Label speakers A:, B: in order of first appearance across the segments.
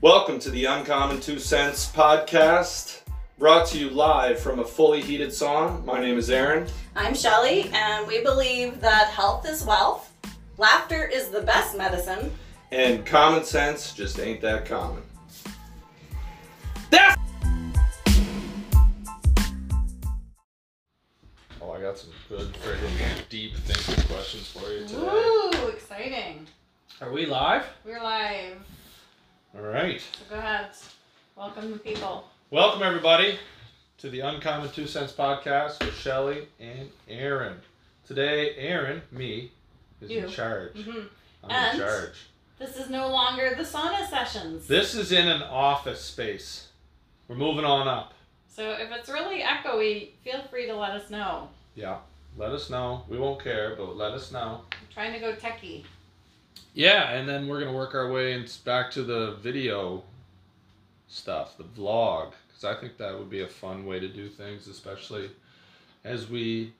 A: Welcome to the Uncommon Two Cents podcast, brought to you live from a fully heated sauna. My name is Aaron.
B: I'm Shelly, and we believe that health is wealth, laughter is the best medicine.
A: And common sense just ain't that common. Oh, I got some good friggin' deep thinking questions for you today.
C: Ooh, exciting.
D: Are we live?
C: We're live.
A: All right.
C: So go ahead. Welcome the people.
A: Welcome, everybody, to the Uncommon Two Cents podcast with Shelly and Aaron. Today, Aaron, me, is
C: You.
A: in charge.
C: hmm
A: I'm
C: And-
A: in charge.
C: This is no longer the sauna sessions.
A: This is in an office space. We're moving on up.
C: so if it's really echoey, feel free to let us know.
A: Yeah. Let us know. We won't care, but let us know.
C: I'm trying to go techie.
A: Yeah, and then we're gonna work our way and back to the video stuff, the vlog, because I think that would be a fun way to do things, especially as we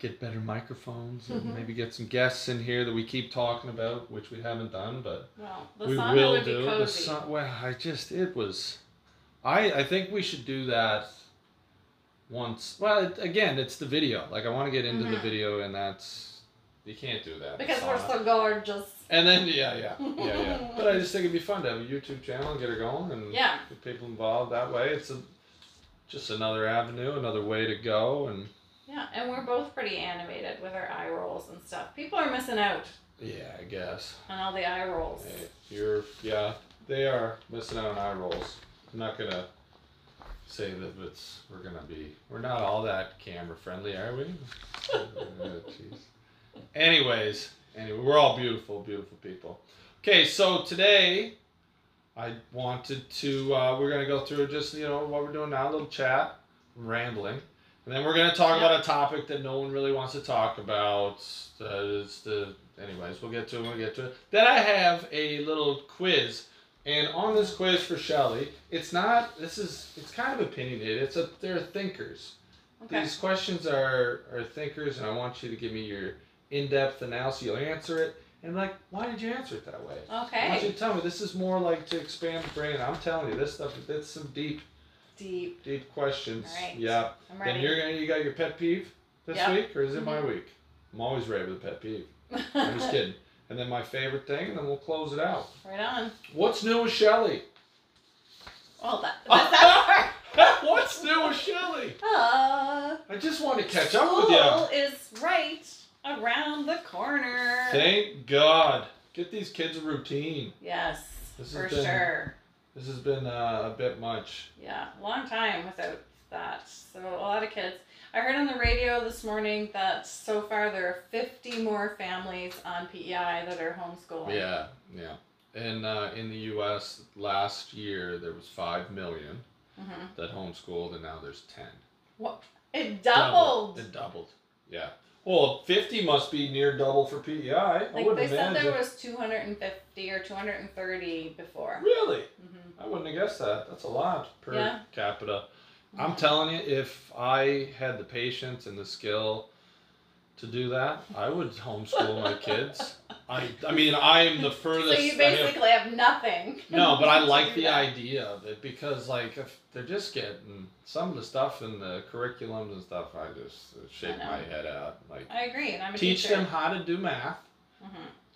A: get better microphones and
C: Mhm.
A: maybe get some guests in here that we keep talking about, which we haven't done, but
C: Well, the
A: we
C: sauna
A: will
C: would be
A: do. The
C: cozy.
A: sun, well, I just it was, I I think we should do that once. Well, it, again, it's the video. Like I want to get into the
C: Mhm.
A: video, and that's you can't do that.
C: because
A: It's
C: we're
A: not-
C: so gorgeous.
A: and then yeah, yeah, yeah, yeah. but I just think it'd be fun to have a YouTube channel and get her going and
C: Yeah.
A: get people involved that way. It's a, just another avenue, another way to go, and
C: Yeah, and we're both pretty animated with our eye rolls and stuff. People are missing out
A: yeah, I guess
C: on all the eye rolls.
A: Hey, you're yeah, they are missing out on eye rolls. I'm not gonna say that it's we're gonna be we're not all that camera friendly, are we? Uh, jeez. Anyways, anyway, we're all beautiful, beautiful people. Okay, so today I wanted to uh, we're gonna go through just you know what we're doing now, a little chat, rambling, and then we're gonna talk about a topic that no one really wants to talk about. That is the anyways, we'll get to it. when we get to it. Then I have a little quiz, and on this quiz for Shelly, it's not this is it's kind of opinionated. It's a they're thinkers.
C: Okay.
A: These questions are, are thinkers, and I want you to give me your in depth analysis. You'll answer it, and like, why did you answer it that way? I want you
C: okay.
A: to tell me. This is more like to expand the brain. I'm telling you, this stuff, that's some deep,
C: Deep.
A: deep questions.
C: All right.
A: Yeah.
C: I'm
A: Then
C: ready.
A: you're gonna, you got your pet peeve this
C: Yep. Mm-hmm.
A: week, or is it my week? I'm always ready with a pet peeve. I'm just kidding. And then my favorite thing, and then we'll close it out.
C: right on.
A: What's new with Shelly?
C: Well, that, that's that part.
A: What's new with Shelly?
C: Uh,
A: I just want to catch up with you.
C: School is right around the corner.
A: Thank God. Get these kids a routine.
C: yes,
A: This
C: for
A: has been-
C: sure.
A: This has been uh, a bit much.
C: Yeah, long time without that. So a lot of kids. I heard on the radio this morning that so far there are 50 more families on PEI that are homeschooling.
A: Yeah, yeah. And uh, in the U.S. last year there was five million
C: Mhm.
A: that homeschooled, and now there's ten.
C: It doubled.
A: It doubled. Yeah. Well, fifty must be near double for PEI. I
C: Like
A: wouldn't
C: they said
A: imagine.
C: there was 250 or 230 before.
A: Really?
C: hmm
A: I wouldn't have guessed that. That's a lot per
C: Yeah.
A: capita. I'm telling you, if I had the patience and the skill to do that, I would homeschool my kids. I, I mean, I am the
C: So
A: furthest.
C: you
A: I am-
C: basically have nothing.
A: no, but I
C: to
A: like
C: do
A: the
C: that.
A: idea of it because, like, if they're just getting some of the stuff in the curriculums and stuff. I just shake
C: I know.
A: my head out. Like,
C: I agree, and I'm a
A: teach them
C: teacher.
A: how to do math.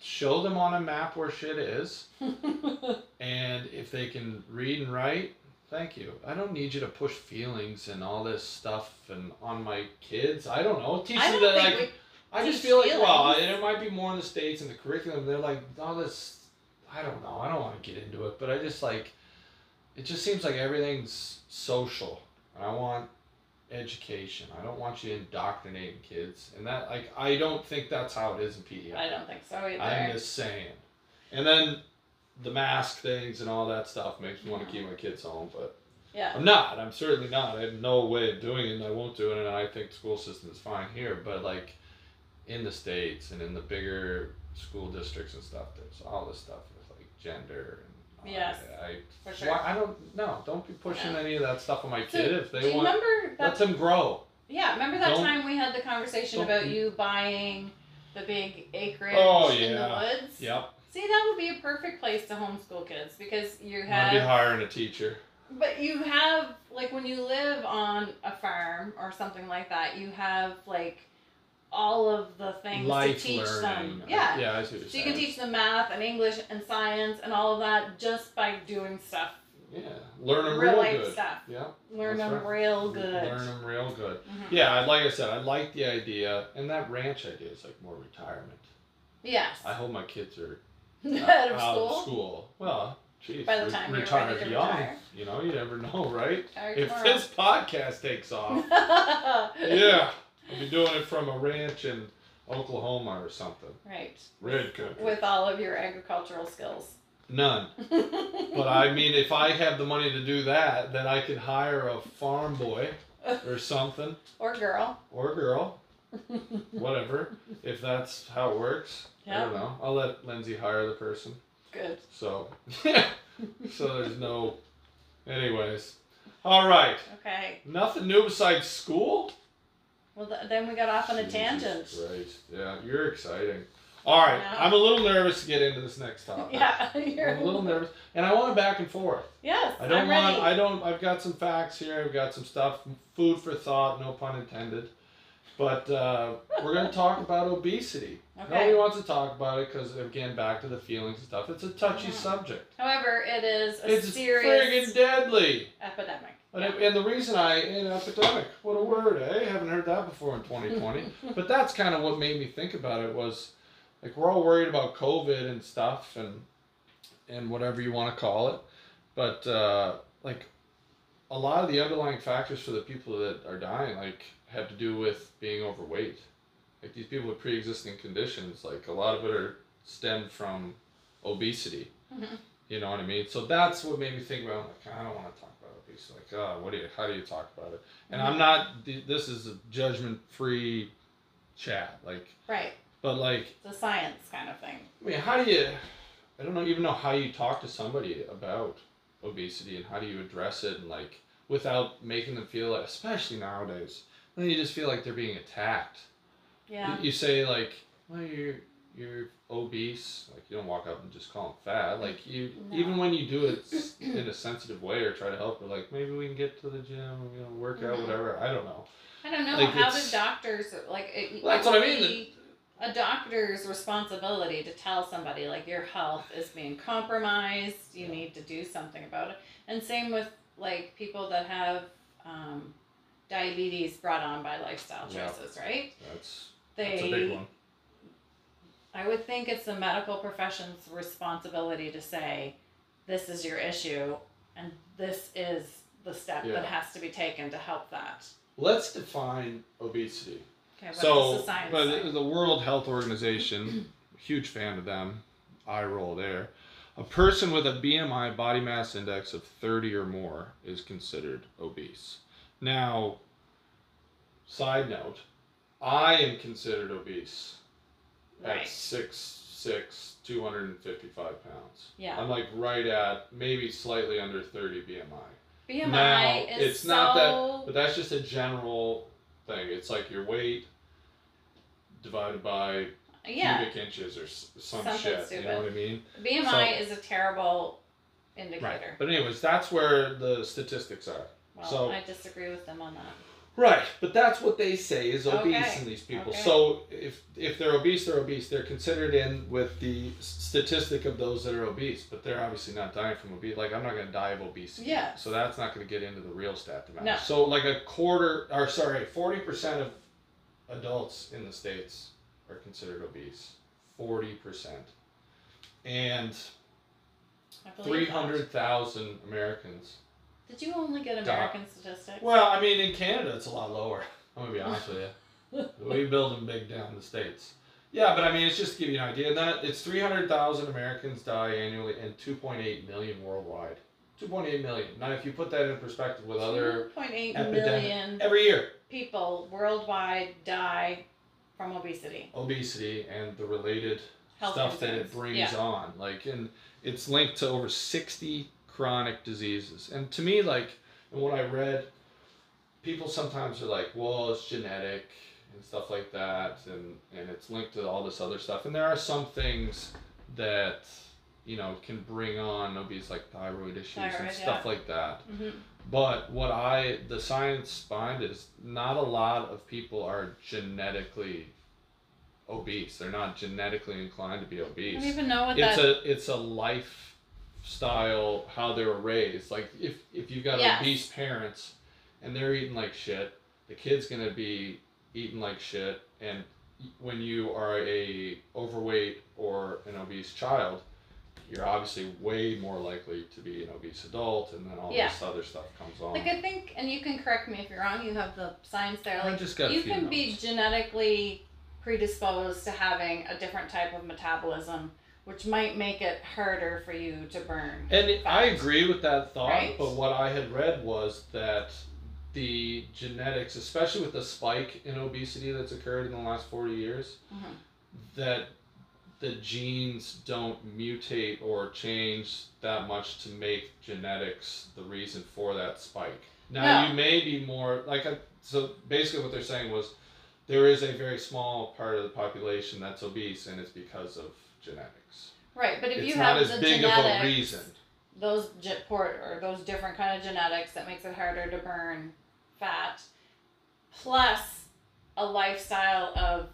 A: Show them on a map where shit is.
C: Mhm.
A: And if they can read and write, thank you. I don't need you to push feelings and all this stuff and on my kids. I don't know. Teach
C: I
A: them
C: don't
A: that
C: think
A: like
C: we
A: I just
C: teach
A: feel like well,
C: feelings.
A: and it might be more in the states in the curriculum. They're like all this. I don't know. I don't want to get into it, but I just like. It just seems like everything's social. And I want education. I don't want you indoctrinating kids, and that like I don't think that's how it is in PEI.
C: I don't think so either.
A: I'm just saying. And then the mask things and all that stuff makes me want to keep my kids home, but
C: yeah.
A: I'm not. I'm certainly not. I have no way of doing it, and I won't do it. And I think the school system is fine here, but like in the states and in the bigger school districts and stuff, there's all this stuff with like gender and all
C: Yes,
A: that. I,
C: for sure.
A: why- I don't no. Don't be pushing
C: Yeah.
A: any of that stuff on my
C: So,
A: kid if
C: Do
A: they
C: you
A: want.
C: remember
A: Let
C: that?
A: them grow.
C: yeah, remember that
A: Don't-
C: time we had the conversation
A: don't-
C: about you buying the big acreage
A: Oh,
C: in the
A: yeah.
C: woods?
A: Yep.
C: See, that would be a perfect place to homeschool kids because you
A: I'd be
C: have,
A: hiring a teacher.
C: but you have like when you live on a farm or something like that, you have like all of the things
A: Life
C: to teach
A: learning.
C: them. Yeah.
A: Yeah, I see what you're
C: So you can
A: saying.
C: teach them math and English and science and all of that just by doing stuff,
A: Yeah, learn them
C: real
A: real,
C: life
A: good.
C: stuff.
A: Yeah,
C: Learn
A: That's
C: them
A: right.
C: real good.
A: Learn them real good.
C: Mhm.
A: Yeah, I- like I said, I like the idea, and that ranch idea is like more retirement.
C: Yes.
A: I hope my kids are
C: Out of
A: Out
C: school.
A: of school. Well, geez,
C: By the
A: re-
C: time you're
A: retired
C: ready to
A: young.
C: retire.
A: You know, you never know, right?
C: Tired
A: If
C: tomorrow.
A: this podcast takes off, yeah, I'll be doing it from a ranch in Oklahoma or something.
C: Right.
A: Red country.
C: With all of your agricultural skills.
A: None. But I mean, if I have the money to do that, then I could hire a farm boy or something
C: or girl.
A: or girl, whatever, if that's how it works. I
C: Yeah.
A: don't know. I'll let Lindsay hire the person.
C: Good.
A: So, so there's no. Anyways, all right.
C: Okay.
A: Nothing new besides school.
C: Well, th- then we got off on a
A: Jesus
C: tangent.
A: Christ. Yeah, you're exciting. All right,
C: Yeah.
A: I'm a little nervous to get into this next topic.
C: Yeah. You're
A: I'm a little nervous, and I want it back and forth.
C: Yes.
A: I don't
C: am
A: want.
C: Ready.
A: I don't. I've got some facts here. I've got some stuff. Food for thought. No pun intended. But uh, we're going to talk about obesity.
C: okay.
A: Nobody wants to talk about it because, again, back to the feelings and stuff. It's a touchy
C: Yeah.
A: subject.
C: However, it is a
A: it's
C: serious
A: friggin' deadly.
C: epidemic.
A: And, it- and the reason I, an epidemic, what a word, eh? Haven't heard that before in 2020. but that's kind of what made me think about it was, like, we're all worried about COVID and stuff and, and whatever you want to call it. But, uh, like, a lot of the underlying factors for the people that are dying, like, have to do with being overweight. Like, these people with pre-existing conditions, like, a lot of it are stemmed from obesity.
C: Mhm.
A: You know what I mean? So that's what made me think about. Like, I don't want to talk about obesity. Like, uh, what do you? How do you talk about it? And I'm not. th- This is a judgment-free chat. Like,
C: Right.
A: but like,
C: It's a science kind of thing.
A: I mean, how do you? I don't know, even know how you talk to somebody about obesity and how do you address it and like without making them feel like, especially nowadays, then you just feel like they're being attacked.
C: Yeah.
A: You say like, well, you're you're obese. Like you don't walk up and just call them fat. Like you,
C: No.
A: even when you do it s- in a sensitive way or try to help, but like maybe we can get to the gym, you know, work out,
C: Mhm.
A: whatever. I don't know.
C: I don't know.
A: Like,
C: How
A: it's-
C: did doctors like? It,
A: Well, that's what I mean,
C: it would be A doctor's responsibility to tell somebody like your health is being compromised. You
A: Yeah.
C: need to do something about it. And same with like people that have um, diabetes brought on by lifestyle
A: Yeah.
C: choices, right?
A: That's
C: They.
A: that's a big one.
C: I would think it's the medical profession's responsibility to say, this is your issue, and this is the step
A: Yeah.
C: that has to be taken to help that.
A: Let's define obesity.
C: Okay, what does
A: so,
C: the science
A: but
C: say?
A: the- the World Health Organization, huge fan of them. Eye roll there. A person with a BMI body mass index of 30 or more is considered obese. Now, side note, I am considered obese at
C: right.
A: six six, two hundred and fifty five pounds.
C: Yeah.
A: I'm like right at maybe slightly under 30 BMI.
C: BMI
A: Now,
C: is
A: it's
C: so
A: not that- But that's just a general thing. It's like your weight divided by
C: yeah.
A: cubic inches or s- some
C: Something
A: shit. You
C: stupid.
A: know what I mean?
C: BMI is a terrible indicator.
A: But anyways, that's where the statistics are.
C: Well,
A: So-
C: I disagree with them on that.
A: Right, but that's what they say is obese
C: Okay,
A: in these people.
C: okay.
A: So if if they're obese, they're obese. They're considered in with the s- statistic of those that are obese, but they're obviously not dying from obesity. Like I'm not going to die of obesity.
C: Yeah.
A: So that's not going to get into the real stat amount.
C: No.
A: So like a quarter, or sorry, forty percent of adults in the states are considered obese. Forty percent, and
C: I
A: three
C: believe that.
A: hundred thousand Americans.
C: Did you only get
A: Doc-
C: American statistics?
A: Well, I mean, in Canada, it's a lot lower. I'm gonna be honest with you. We build them big down in the states. Yeah, but I mean, it's just to give you an idea. That it's 300,000 Americans die annually and 2.8 million worldwide. 2.8 million. Now, if you put that in perspective with other
C: 2.8
A: epidemic-
C: million
A: every year
C: people worldwide die from obesity.
A: obesity and the related
C: Health
A: stuff that it
C: concerns.
A: brings
C: Yeah.
A: on, like and it's linked to over 60 chronic diseases. And to me, like and what I read, people sometimes are like, well, it's genetic and stuff like that, and and it's linked to all this other stuff. And there are some things that you know can bring on obese like thyroid issues and
C: Thyroid,
A: stuff like that.
C: Mhm.
A: But what I the science behind it is not a lot of people are genetically obese. They're not genetically inclined to be
C: I
A: obese
C: don't even know what
A: it's
C: that.
A: a it's a lifestyle how they were raised. Like if if you've got
C: Yes.
A: obese parents and they're eating like shit, the kid's gonna be eating like shit. And when you are a overweight or an obese child, you're obviously way more likely to be an obese adult, and then all
C: Yeah.
A: this other stuff comes on.
C: like I think, and you can correct me if you're wrong. You have the science there.
A: I
C: Like
A: just got a
C: you
A: few
C: can be
A: notes.
C: genetically predisposed to having a different type of metabolism, which might make it harder for you to burn.
A: And it- I agree with that thought,
C: Right?
A: but what I had read was that the genetics, especially with the spike in obesity that's occurred in the last 40 years,
C: Mhm.
A: that the genes don't mutate or change that much to make genetics the reason for that spike. Now,
C: No.
A: you may be more like, a, so basically what they're saying was there is a very small part of the population that's obese, and it's because of genetics.
C: Right, but if
A: it's
C: you
A: not
C: have
A: as
C: the
A: big
C: genetics,
A: of a reason.
C: those ge- port or those different kind of genetics that makes it harder to burn fat, plus a lifestyle of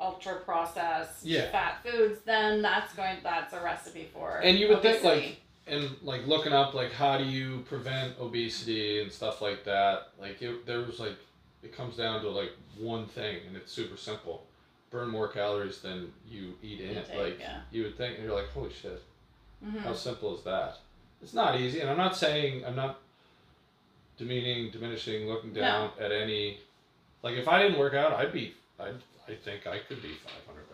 C: ultra processed
A: Yeah.
C: fat foods, then that's going that's a recipe for
A: And you would think, like,
C: obesity.
A: and like looking up like how do you prevent obesity and stuff like that like it, there was like it comes down to like one thing and it's super simple burn more calories than you eat in
C: Intake,
A: like
C: yeah.
A: you would think and you're like holy shit
C: Mhm.
A: how simple is that it's not easy and i'm not saying i'm not demeaning diminishing looking
C: No.
A: down at any like if i didn't work out i'd be i'd i think i could be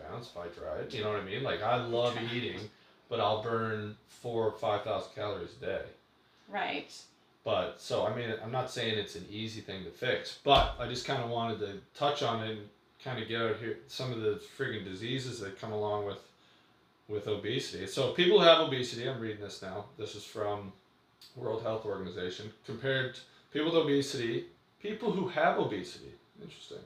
A: 500 pounds if i tried you know what i mean like i love
C: Try.
A: eating but i'll burn four or five thousand calories a day
C: Right.
A: but so I mean, I'm not saying it's an easy thing to fix, but I just kind of wanted to touch on it and kind of get out here some of the friggin' diseases that come along with with obesity. So people who have obesity, I'm reading this now. This is from World Health Organization. Compared people with obesity, people who have obesity, interesting.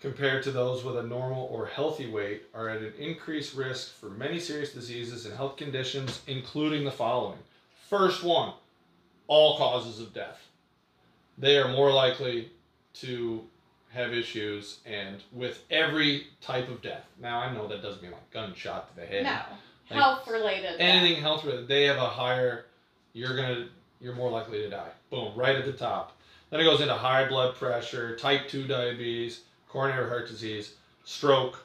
A: Compared to those with a normal or healthy weight, are at an increased risk for many serious diseases and health conditions, including the following. First one, all causes of death. They are more likely to have issues and with every type of death. Now I know that doesn't mean like gunshot to the head.
C: No.
A: Like,
C: Health related.
A: Anything health related, they have a higher you're gonna you're more likely to die. Boom, right at the top. Then it goes into high blood pressure, type two diabetes, coronary heart disease, stroke,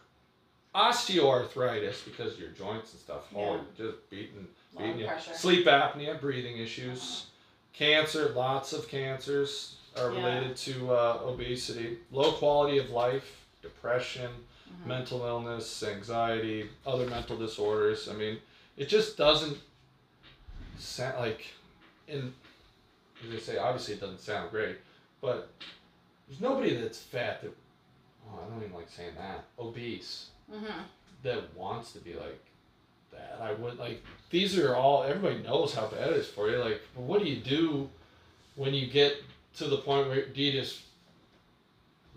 A: osteoarthritis because your joints and stuff. Oh,
C: Yeah.
A: just beaten
C: Blood
A: yeah.
C: pressure.
A: Sleep apnea, breathing issues, cancer, lots of cancers are
C: Yeah.
A: related to uh, obesity, low quality of life, depression,
C: Mhm.
A: mental illness, anxiety, other mental disorders. I mean, it just doesn't sound like, in, as they say, obviously it doesn't sound great, but there's nobody that's fat that, oh, I don't even like saying that, obese
C: Mhm.
A: that wants to be like that. I would like these are all everybody knows how bad it is for you. Like, but what do you do when you get to the point where do you just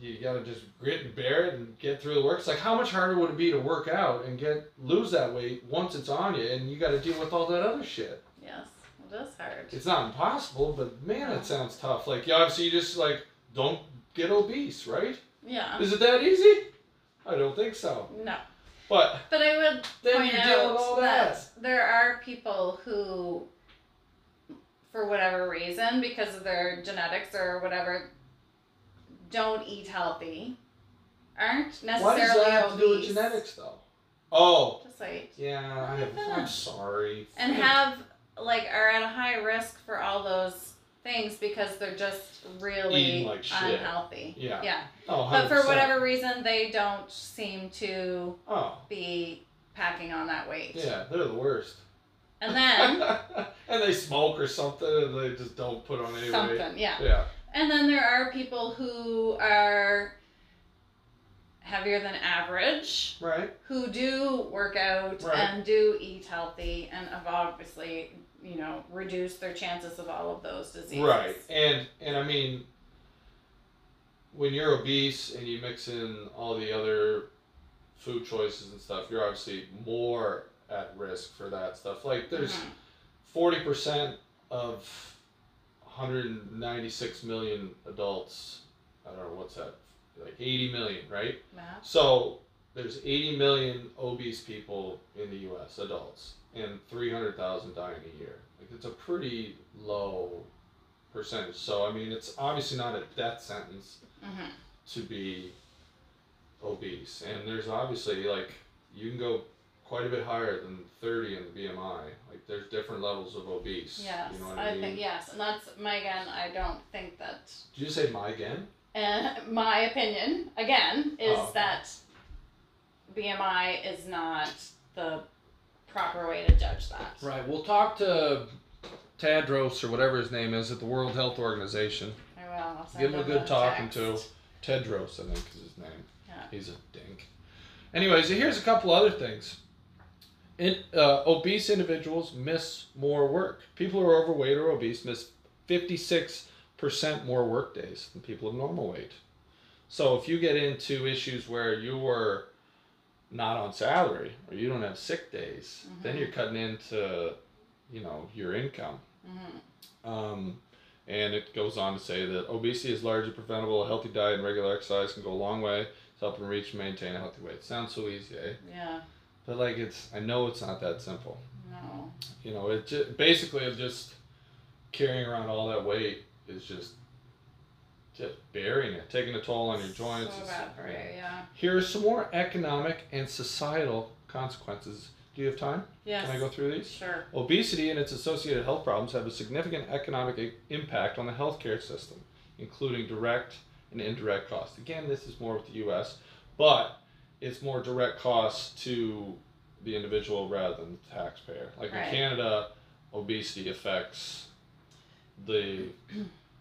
A: you gotta just grit and bear it and get through the work. It's like how much harder would it be to work out and get lose that weight once it's on you and you gotta deal with all that other shit.
C: Yes. It is hard.
A: It's not impossible, but man it sounds tough. Like yeah, obviously you just like don't get obese, right?
C: Yeah.
A: Is it that easy? I don't think so.
C: No.
A: But
C: But I would
A: then
C: point
A: you're
C: out
A: dealing with all that.
C: there are people who, for whatever reason, because of their genetics or whatever, don't eat healthy, aren't
A: Why
C: necessarily
A: does that have to
C: obese.
A: do with genetics, though? Oh,
C: Just like
A: yeah.
C: Look at
A: I,
C: that.
A: I'm sorry.
C: and
A: Fuck.
C: have like are at a high risk for all those things because they're just really
A: Eating like shit.
C: unhealthy.
A: Yeah.
C: Yeah.
A: Oh,
C: But for
A: 100%.
C: whatever reason, they don't seem to
A: Oh,
C: be packing on that weight.
A: yeah. They're the worst.
C: And then
A: and they smoke or something, and they just don't put on any weight.
C: something, yeah.
A: Yeah.
C: And then there are people who are heavier than average
A: Right.
C: who do work out
A: Right.
C: and do eat healthy and have obviously, you know, reduced their chances of all of those diseases.
A: Right. And and I mean, when you're obese and you mix in all the other food choices and stuff, you're obviously more at risk for that stuff. Like there's
C: Mhm.
A: forty percent of 196 million adults. I don't know what's that, like 80 million, right?
C: Matt?
A: So there's 80 million obese people in the U.S. adults, and 300,000 dying a year. Like it's a pretty low percentage. So I mean, it's obviously not a death sentence
C: Mhm.
A: to be obese, and there's obviously like you can go quite a bit higher than 30 in the BMI. Like there's different levels of obese.
C: Mm-hmm. Yes,
A: You know what
C: I,
A: I, mean?
C: think yes, and that's my again. I don't think that.
A: Did you say my again?
C: And my opinion again is
A: Oh.
C: that BMI is not the proper way to judge that.
A: Right. We'll talk to Tadros or whatever his name is at the World Health Organization.
C: I will. I'll send
A: Give him a good talking
C: text.
A: to. Tedros, I think is his name.
C: Yeah.
A: He's a dink. Anyways, here's a couple other things. In, uh, obese individuals miss more work. People who are overweight or obese miss 56% more work days than people of normal weight. So if you get into issues where you were not on salary or you don't have sick days, then
C: Mhm.
A: you're cutting into, you know, your income.
C: Mhm.
A: Um, and it goes on to say that obesity is largely preventable. A healthy diet and regular exercise can go a long way to helping reach and maintain a healthy weight. Sounds so easy, eh?
C: Yeah.
A: But like it's, I know it's not that simple.
C: No.
A: You know, it just, basically of just carrying around all that weight is just, just burying it, taking a toll on your joints.
C: So
A: It's-
C: bad for you. Yeah.
A: Here are some more economic and societal consequences. Do you have time?
C: Yes.
A: Can I go through these?
C: Sure.
A: Obesity and its associated health problems have a significant economic i- impact on the healthcare system, including direct and indirect costs. Again, this is more with the US, but it's more direct costs to the individual rather than the taxpayer. Like
C: Right.
A: in Canada, obesity affects the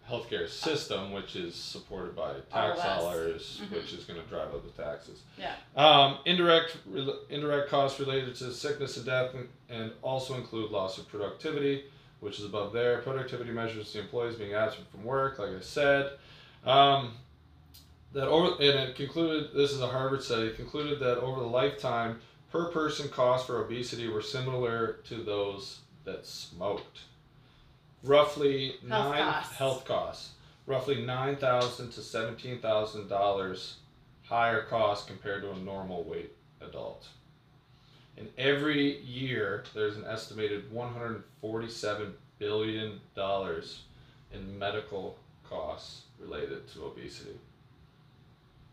A: healthcare system, which is supported by tax
C: us.
A: dollars,
C: Mhm.
A: which is going to drive up the taxes.
C: Yeah.
A: Um, indirect rel indirect costs related to sickness and death, and, and also include loss of productivity, which is above there. Productivity measures the employees being absent from work, like I said. Um, that over and it concluded. This is a Harvard study concluded that over the lifetime, per person costs for obesity were similar to those that smoked. Roughly nine
C: costs.
A: health costs, roughly nine thousand to seventeen thousand dollars higher cost compared to a normal weight adult. And every year, there's an estimated $147 billion in medical costs related to obesity.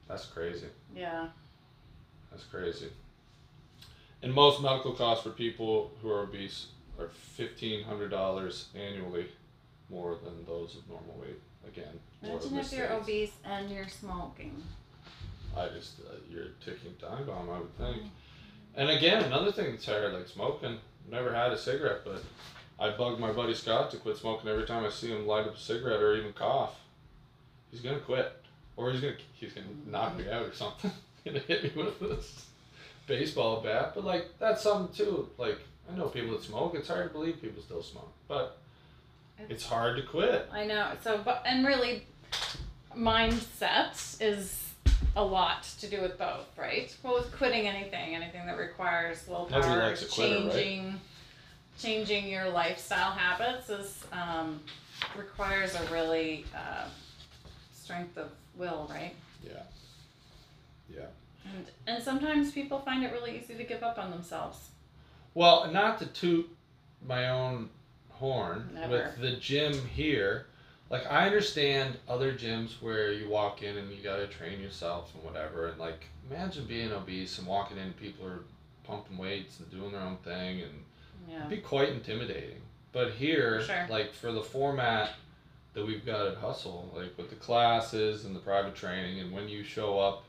A: That's crazy.
C: Yeah.
A: That's crazy. And most medical costs for people who are obese are $1,500 annually more than those of normal weight. Again, more
C: Imagine
A: of
C: if you're
A: mistakes.
C: obese and you're smoking.
A: I just uh, you're a ticking time bomb, I would think. And again, another thing that's hard, like smoking. Never had a cigarette, but I bug my buddy Scott to quit smoking every time I see him light up a cigarette or even cough. He's gonna quit, or he's gonna he's gonna knock me out or something. gonna hit me with this baseball bat. But like that's something too. Like I know people that smoke. It's hard to believe people still smoke, but it's hard to quit.
C: I know. So, but and really, mindset is a lot to do with both, right? Well, with quitting anything, anything that requires willpower,
A: Nobody likes a quitter, right?
C: changing, changing your lifestyle habits is um, requires a really uh, strength of will, right?
A: Yeah. Yeah.
C: And and sometimes people find it really easy to give up on themselves.
A: Well, not to toot my own horn
C: Never.
A: with the gym here. Like I understand other gyms where you walk in and you gotta train yourself and whatever, and like imagine being obese and walking in, people are pumping weights and doing their own thing, and
C: Yeah.
A: it'd be quite intimidating. But here,
C: Sure.
A: like for the format that we've got at Hustle, like with the classes and the private training, and when you show up,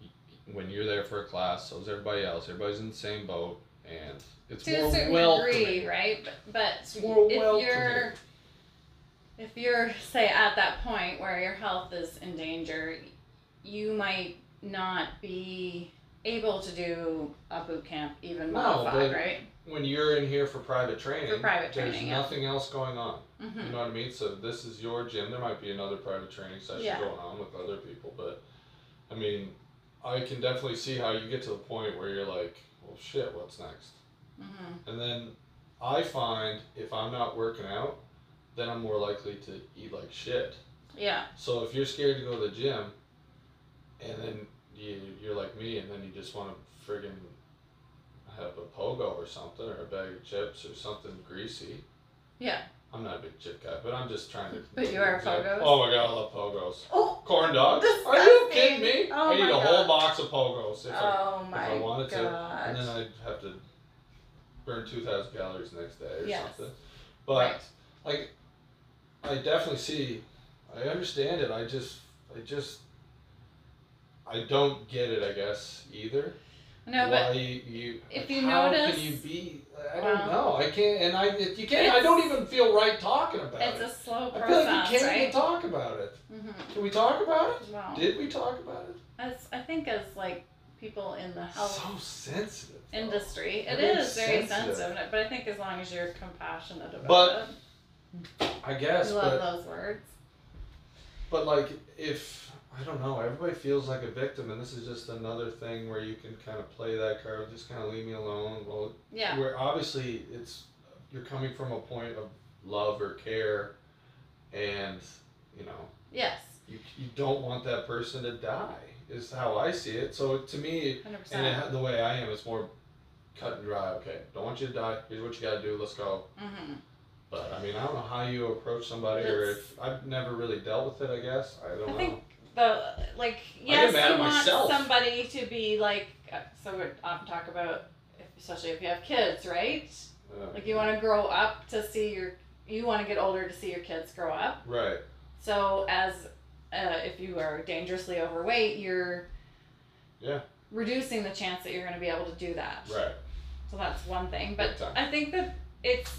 A: y- when you're there for a class, so's everybody else. Everybody's in the same boat, and it's
C: to
A: more
C: a certain
A: welcoming.
C: degree, right? But, but
A: more
C: if
A: welcoming.
C: you're if you're say at that point where your health is in danger, you might not be able to do a boot camp even
A: No,
C: modified,
A: but-
C: right?
A: When you're in here for private training,
C: For private
A: there's
C: training, yeah.
A: nothing else going on. You
C: hmm
A: know what I mean? So this is your gym. There might be another private training session
C: Yeah.
A: going on with other people, but I mean, I can definitely see how you get to the point where you're like, well, shit, what's next?
C: hmm
A: And then I find if I'm not working out, then I'm more likely to eat like shit.
C: Yeah.
A: So if you're scared to go to the gym, and then you, you're like me, and then you just want to friggin' have a pogo or something, or a bag of chips or something greasy.
C: Yeah.
A: I'm not a big chip guy, but I'm just trying to.
C: But you are Pogos.
A: Oh my god, I love pogos.
B: Oh,
A: Corn dogs? Are you
B: Disgusting.
A: kidding me?
C: Oh
A: I eat
C: my
A: a whole
C: God.
A: box of pogos if I
C: oh my
A: I wanted to,
C: gosh.
A: and then I'd have to burn two thousand calories the next day or
C: Yes.
A: something. But
C: Right.
A: like, I definitely see, I understand it. I just, I just, I don't get it. I guess either.
C: no,
A: Why
C: but
A: you? like,
C: if you
A: how
C: notice- um,
A: can you be? I don't
C: Wow.
A: know. I can't, and I if you can't. I don't even feel right talking about
C: it's
A: it.
C: a slow
A: I feel
C: process,
A: like we can't even
C: right?
A: talk about it.
C: Mm-hmm.
A: Can we talk about
C: Well,
A: it? Did we talk about it?
C: as I think as like people in the health
A: So sensitive. though.
C: industry, it
A: Everything's
C: is very
A: sensitive.
C: sensitive. But I think as long as you're compassionate about
A: But-
C: it,
A: I
C: I
A: guess, but
C: love those words.
A: But like, if I don't know, everybody feels like a victim, and this is just another thing where you can kind of play that card. Just kind of leave me alone. Well,
C: Yeah.
A: where obviously it's you're coming from a point of love or care, and you know
C: Yes.
A: you you don't want that person to die. Is how I see it. So to me,
C: Hundred
A: and
C: percent.
A: it, the way I am, it's more cut and dry. Okay, don't want you to die. Here's what you gotta do. Let's go.
C: Mm-hmm.
A: But I mean, I don't know how you approach somebody, or
C: That's-
A: if I've never really dealt with it. I guess I don't
C: I
A: know.
C: think the like yes,
A: mad
C: you
A: at
C: want
A: myself.
C: somebody to be like. uh, So we often talk about, especially if you have kids, right?
A: Uh,
C: Like you want to grow up to see your, you want to get older to see your kids grow up.
A: Right.
C: So as uh, if you are dangerously overweight, you're
A: Yeah.
C: reducing the chance that you're going to be able to do that.
A: Right.
C: So that's one
A: Big
C: thing. But
A: time.
C: I think that it's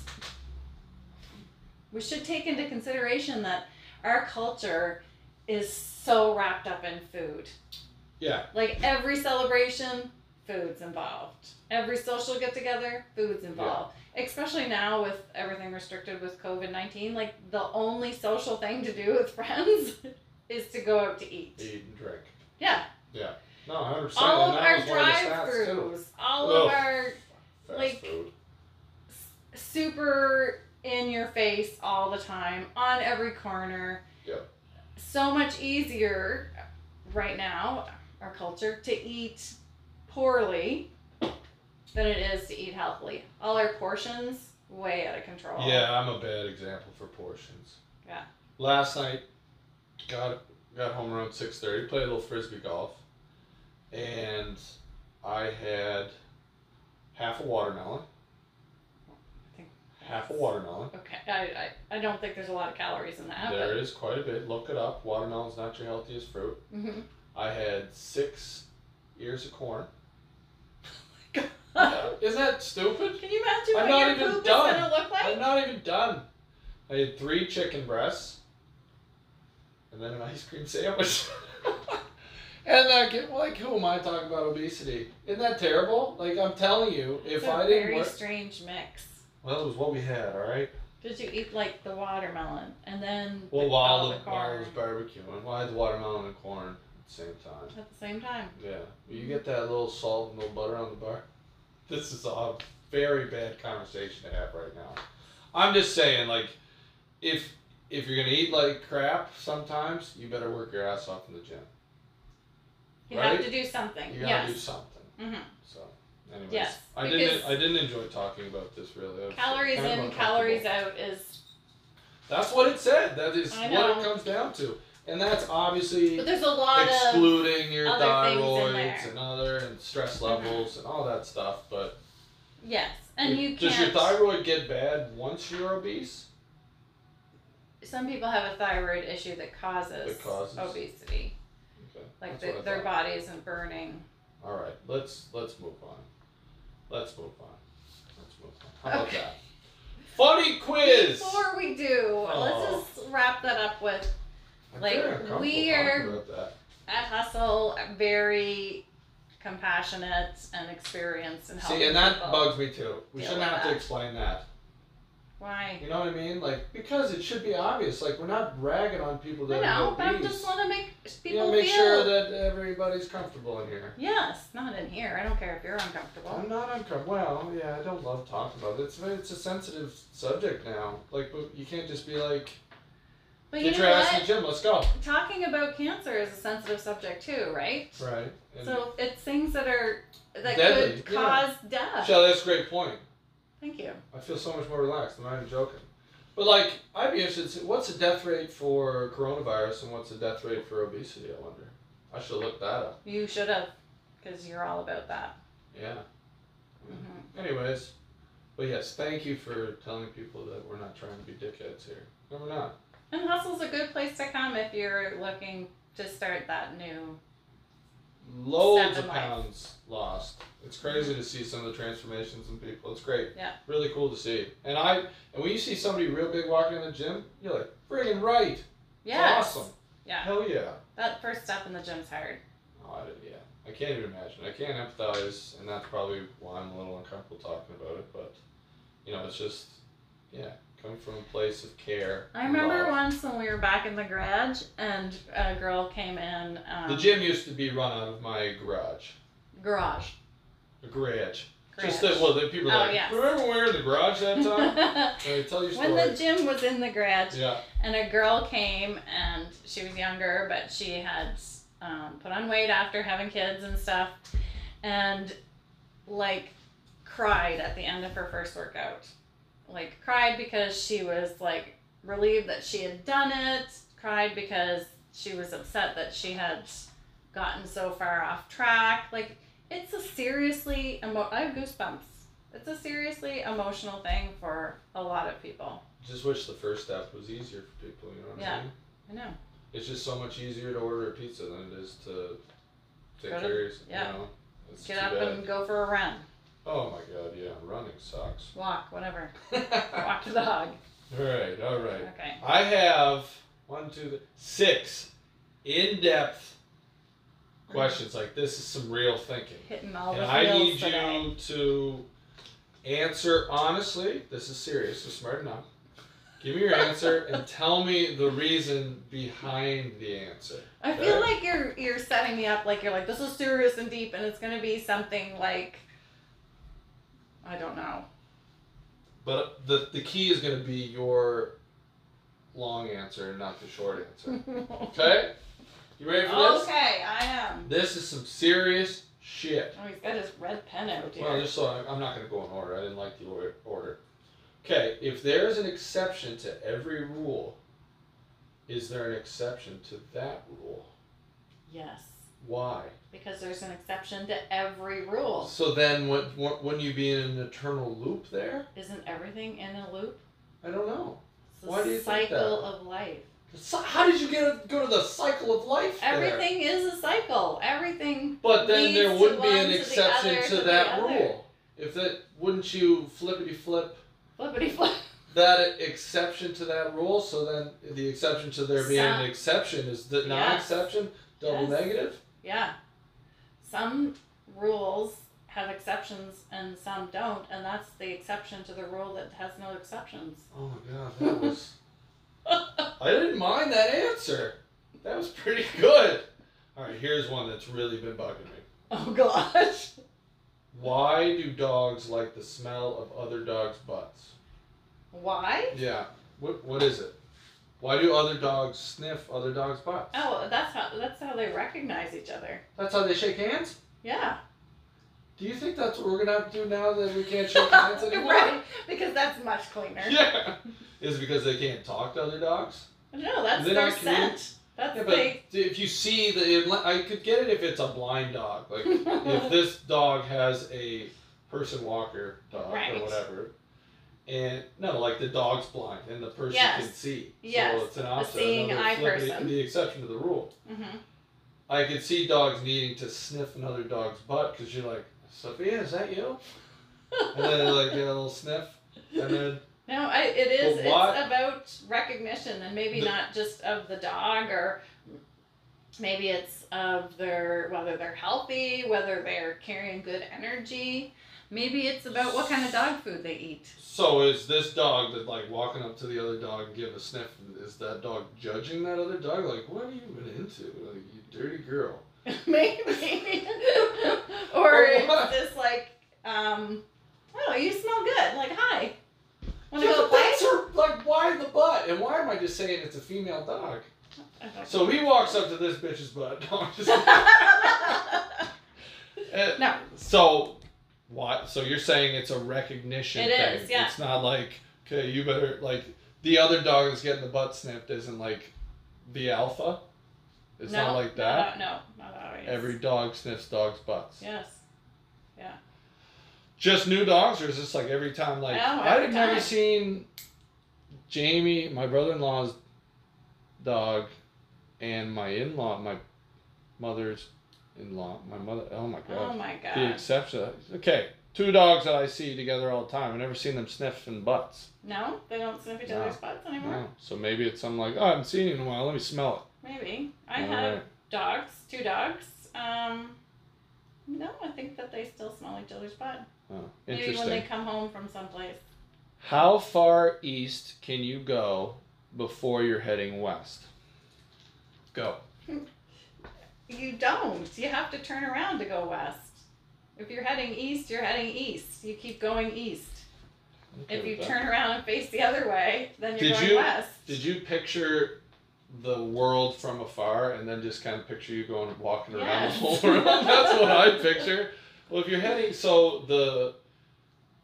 C: we should take into consideration that our culture is so wrapped up in food.
A: Yeah.
C: Like every celebration, food's involved. Every social get together, food's involved. Especially now with everything restricted with COVID 19, like the only social thing to do with friends is to go out to eat.
A: Eat and drink.
C: Yeah.
A: No, 100%.
C: All
A: and
C: of
A: that
C: our
A: was one of the
C: drive
A: stats, too.
C: throughs, all
A: Ugh.
C: of our
A: Fast
C: like-
A: food.
C: super in your face all the time on every corner.
A: Yep.
C: So much easier right now, our culture, to eat poorly than it is to eat healthily. All our portions way out of control.
A: Yeah, I'm a bad example for portions.
C: Yeah.
A: Last night, got got home around 6.30, played a little frisbee golf, and I had half a watermelon.
C: I think
A: Half a watermelon.
C: Okay. I, I, I don't think there's a lot of calories in that.
A: There is quite a bit. Look it up. Watermelon's not your healthiest fruit.
C: But, Mhm.
A: I had six ears of corn. Isn't that stupid?
C: Can you imagine
A: I'm
C: what
A: not
C: your
A: even
C: poop
A: done.
C: is gonna look like?
A: I'm not even done. I had three chicken breasts, and then an ice cream sandwich. and I get like, who am I talking about obesity? Isn't that terrible? Like I'm telling you, if
C: it's a
A: I didn't
C: very
A: work,
C: strange mix.
A: well, it was what we had, all right.
C: Did you eat like the watermelon and then
A: Well,
C: the,
A: while
C: all
A: the,
C: the
A: while I
C: corn
A: was barbecuing, well, I had the watermelon and corn at the same time.
C: at the same time?
A: Yeah, you get that little salt and little butter on the bar. This is a very bad conversation to have right now. I'm just saying, like, if if you're gonna eat like crap, sometimes you better work your ass off in the gym.
C: You
A: Right?
C: have to do something.
A: You gotta
C: yes.
A: do something.
C: Mhm.
A: So, anyways,
C: Yes,
A: I
C: because-
A: didn't. I didn't enjoy talking about this really. I was
C: Calories
A: kind of
C: in,
A: uncomfortable.
C: calories out is.
A: That's what it said. That is
C: I
A: what
C: know.
A: it comes down to, and that's obviously
C: But there's a lot of.
A: excluding your
C: other things in
A: thyroids
C: there.
A: and other and stress levels and all that stuff, but.
C: Yes, and
A: It-
C: you can't.
A: Does your thyroid get bad once you're obese?
C: Some people have a thyroid issue that causes,
A: That causes-
C: obesity.
A: Okay.
C: Like
A: that's what
C: the,
A: I
C: their
A: thought.
C: body isn't burning.
A: All right, let's let's move on. Let's move on. Let's move on. How about
C: Okay.
A: that? Funny quiz.
C: Before we do,
A: Oh.
C: let's just wrap that up with
A: I'm
C: like,
A: very uncomfortable
C: we
A: talking
C: are-
A: about that.
C: at hustle, very compassionate and experienced and helping
A: See, and that
C: people.
A: bugs me too. We
C: deal
A: shouldn't
C: with
A: have to
C: that.
A: explain that.
C: Why?
A: You know what I mean? Like because it should be obvious. Like we're not ragging on people
C: I
A: that
C: know,
A: are
C: but I
A: obese.
C: just want to make
A: You
C: people
A: know, make
C: feel.
A: sure that everybody's comfortable in here.
C: yes, not in here. I don't care if you're uncomfortable.
A: I'm not uncomfortable. Well, yeah, I don't love talking about it. It's it's a sensitive subject now. Like, but you can't just be like,
C: But you
A: get
C: know
A: your ass in
C: what?
A: the gym. Let's go.
C: Talking about cancer is a sensitive subject too, right?
A: Right. And
C: So it's things that are that
A: Deadly,
C: could
A: yeah.
C: cause death.
A: Shell, that's a great point.
C: Thank you.
A: I feel so much more relaxed. I'm not even joking. But like, I'd be interested. To see, what's the death rate for coronavirus and what's the death rate for obesity? I wonder. I should look that up.
C: You should have, because you're all about that.
A: Yeah.
C: Mhm.
A: Anyways, but yes, thank you for telling people that we're not trying to be dickheads here. No, we're not.
C: And hustle's a good place to come if you're looking to start that new.
A: Loads
C: Step in
A: of
C: life.
A: pounds lost. It's crazy to see some of the transformations in people. It's great.
C: Yeah.
A: Really cool to see. And I and when you see somebody real big walking in the gym, you're like, friggin' right. It's
C: Yes.
A: Awesome.
C: Yeah.
A: Hell yeah.
C: That first step in the gym's hard.
A: Oh, I didn't- yeah. I can't even imagine. I can't empathize, and that's probably why I'm a little uncomfortable talking about it. But you know, it's just yeah, come from a place of care.
C: I remember
A: love.
C: once when we were back in the garage and a girl came in. Um,
A: the gym used to be run out of my garage,
C: Garage.
A: a garage.
C: garage.
A: Just that, well, the people are
C: Oh,
A: like,
C: yes.
A: remember we were in the garage that time? Hey, tell your story.
C: when the gym was in the garage,
A: yeah,
C: and a girl came and she was younger but she had um, put on weight after having kids and stuff and like cried at the end of her first workout like cried because she was like relieved that she had done it cried because she was upset that she had gotten so far off track like it's a seriously emo- i have goosebumps it's a seriously emotional thing for a lot of people
A: just wish the first step was easier for people. You know what
C: Yeah.
A: I mean?
C: i know
A: It's just so much easier to order a pizza than it is to take
C: Go
A: care
C: to-
A: of yourself.
C: yeah.
A: You know? It's
C: Get
A: too
C: up
A: bad.
C: and go for a run,
A: Oh my god, yeah, running sucks.
C: walk, whatever.
A: all
C: Walk the dog.
A: right, all right.
C: Okay.
A: I have one, two, th- six in-depth questions. Like this is some real thinking.
C: Hitting all
A: And
C: the
A: I
C: feels
A: need
C: today.
A: you to answer honestly. This is serious. You're smart enough. Give me your answer and tell me the reason behind the answer.
C: I
A: okay?
C: feel like you're you're setting me up like you're like this is serious and deep and it's gonna be something like I don't know.
A: But the the key is going to be your long answer, not the short answer. Okay. You ready for this?
C: okay, I am.
A: This is some serious shit.
C: Oh, he's got his red pen out here.
A: Well, just so I- I'm not going to go in order. I didn't like the or- order. Okay, if there is an exception to every rule, is there an exception to that rule?
C: yes,
A: Why?
C: because there's an exception to every rule.
A: So then, what, what, wouldn't you be in an eternal loop there?
C: Isn't everything in a loop?
A: I don't know.
C: It's the
A: Why do you
C: cycle
A: think that?
C: of life.
A: So how did you get go to the cycle of life? there?
C: Everything is a cycle. Everything
A: But then
C: leads
A: there
C: to
A: would be
C: one
A: an
C: to the
A: exception
C: other
A: to,
C: to the
A: that
C: other.
A: rule. If that wouldn't you flippity flip
C: flippity flip.
A: that exception to that rule? So then the exception to there being an
C: Some-
A: exception is the
C: Yes.
A: non-exception double
C: Yes.
A: negative.
C: Yeah. Some rules have exceptions and some don't, and that's the exception to the rule that has no exceptions.
A: Oh my god, that was. I didn't mind that answer. That was pretty good. All right, here's one that's really been bugging me.
C: Oh gosh.
A: Why do dogs like the smell of other dogs' butts?
C: Why?
A: Yeah. What What is it? Why do other dogs sniff other dogs' butts?
C: Oh, that's how that's how they recognize each other.
A: That's how they shake hands.
C: Yeah.
A: Do you think that's what we're gonna have to do now that we can't shake hands anymore?
C: right. Because that's much cleaner.
A: Yeah. Is it because they can't talk to other dogs?
C: No, that's
A: They
C: their
A: don't communicate.
C: scent. That's
A: Yeah, but
C: they
A: if you see the, I could get it if it's a blind dog. Like if this dog has a person walker dog
C: Right.
A: or whatever, and no, like the dog's blind and the person
C: Yes.
A: can see.
C: Yes.
A: So it's an option.
C: seeing
A: another
C: eye
A: flippity-
C: person.
A: The exception to the rule.
C: hmm
A: I could see dogs needing to sniff another dog's butt because you're like, Sophia, is that you? And then they like get a little sniff, and then
C: No, I, it is.
A: But
C: It's
A: why-
C: about recognition, and maybe
A: The-
C: not just of the dog, or maybe it's of their whether they're healthy, whether they're carrying good energy. Maybe it's about what kind of dog food they eat.
A: So is this dog that like walking up to the other dog and give a sniff? Is that dog judging that other dog? Like, what have you been into? Like, you dirty girl.
C: Maybe.
A: Or
C: or
A: what?
C: it's just like, um, oh, you smell good. Like, hi. Want to
A: Yeah,
C: go
A: but
C: play?
A: that's her- like, why the butt? And why am I just saying it's a female dog?
C: I don't
A: So he walks up to this bitch's butt. No, I'm just- Eh,
C: No.
A: So, why? So you're saying it's a recognition
C: It
A: thing?
C: is, yeah.
A: It's not like okay, you better like the other dog that's getting the butt sniffed isn't like the alpha. It's
C: no,
A: not like
C: no,
A: that.
C: No, not always.
A: Every dog sniffs dogs' butts.
C: Yes.
A: Just new dogs, or is this like every time? Like
C: No,
A: I
C: Oh, every
A: had never
C: time.
A: seen Jamie, my brother-in-law's dog, and my in-law, my mother's in-law, my mother. Oh my god.
C: Oh my god.
A: The exception. Okay, two dogs that I see together all the time. I've never seen them sniffing butts.
C: No, they don't sniff each
A: No.
C: other's butts anymore.
A: Wow. So maybe it's something like, oh, I haven't seen you in a while. Let me smell
C: Maybe. I
A: All
C: have
A: right.
C: dogs, two dogs. Um, no, I think that they still smell each other's butt.
A: it. Oh,
C: Maybe
A: interesting.
C: when they come home from someplace.
A: How far east can you go before you're heading west? Go.
C: You don't. You have to turn around to go west. If you're heading east, you're heading east. You keep going east.
A: Okay
C: if
A: with
C: you
A: that.
C: turn around and face the other way, then you're
A: Did
C: going
A: you-
C: west.
A: Did you picture the world from afar and then just kind of picture you going walking around the
C: Yes.
A: whole world? That's what I picture. Well, if you're heading, so the,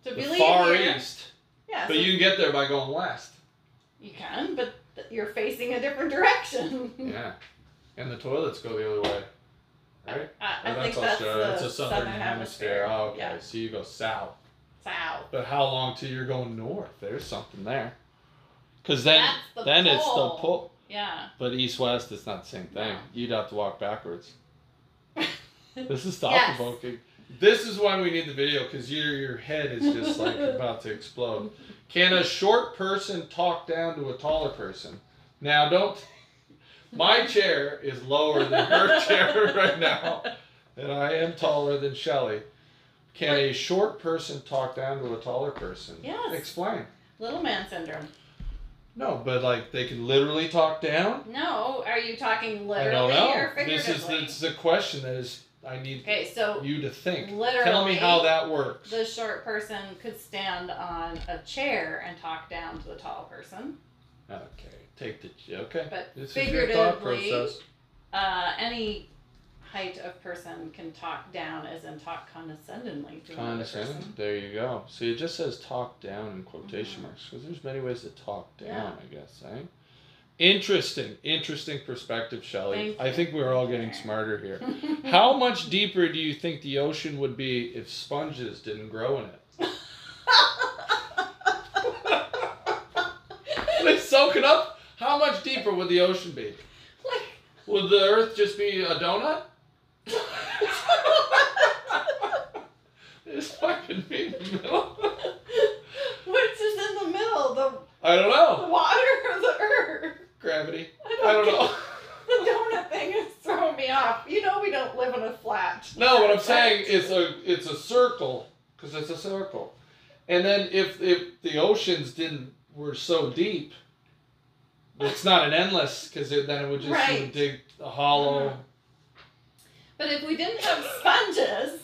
C: So
A: the
C: believe
A: far
C: here-
A: east.
C: Yeah,
A: But
C: so
A: you can get there by going west.
C: you can, but th- you're facing a different direction.
A: Yeah. And the toilets go the other way. Right?
C: I, I
A: Or
C: think that's the
A: It's a southern, hemisphere. Oh, okay. So you go south.
C: Yeah, south.
A: But how long till you're going north? There's something there. Because then,
C: That's the
A: then it's the
C: pole.
A: pull.
C: Yeah.
A: But east west, it's not the same thing.
C: No.
A: You'd have to walk backwards. This is thought
C: Yes.
A: provoking. This is why we need the video because your your head is just like about to explode. Can a short person talk down to a taller person? Now don't. My chair is lower than her chair right now, and I am taller than Shelley. Can a short person talk down to a taller person?
C: Yes.
A: Explain.
C: Little man syndrome.
A: No, but like they can literally talk down.
C: No, are you talking
A: I
C: literally
A: don't
C: or
A: know. This
C: figuratively?
A: is this is a question that is I need
C: Okay, so
A: you to think.
C: literally
A: Tell me how that works.
C: the short person could stand on a chair and talk down to the tall person.
A: Okay, take the okay.
C: But
A: This is your thought
C: figuratively,
A: process.
C: uh, any height of person can talk down, as in talk condescendingly to another
A: Condescending.
C: person.
A: There you go. See, it just says talk down in quotation marks because there's many ways to talk down.
C: Mm-hmm. Yeah.
A: I guess. Eh? Interesting, interesting perspective, Shelley.
C: Thank
A: I
C: you.
A: think we're all getting smarter here. How much deeper do you think the ocean would be if sponges didn't grow in it? They soak it up. How much deeper would the ocean be? Would the Earth just be a donut? It's fucking me in the middle.
C: Which is in the middle, the
A: I don't know.
C: water or the earth?
A: Gravity. I don't know.
C: The donut thing is throwing me off. You know we don't live on a flat.
A: No, what I'm saying it's a it's a circle because it's a circle, and then if if the oceans didn't were so deep, it's not an endless because it, then it would just you would
C: Right.
A: dig a hollow.
C: But if we didn't have sponges,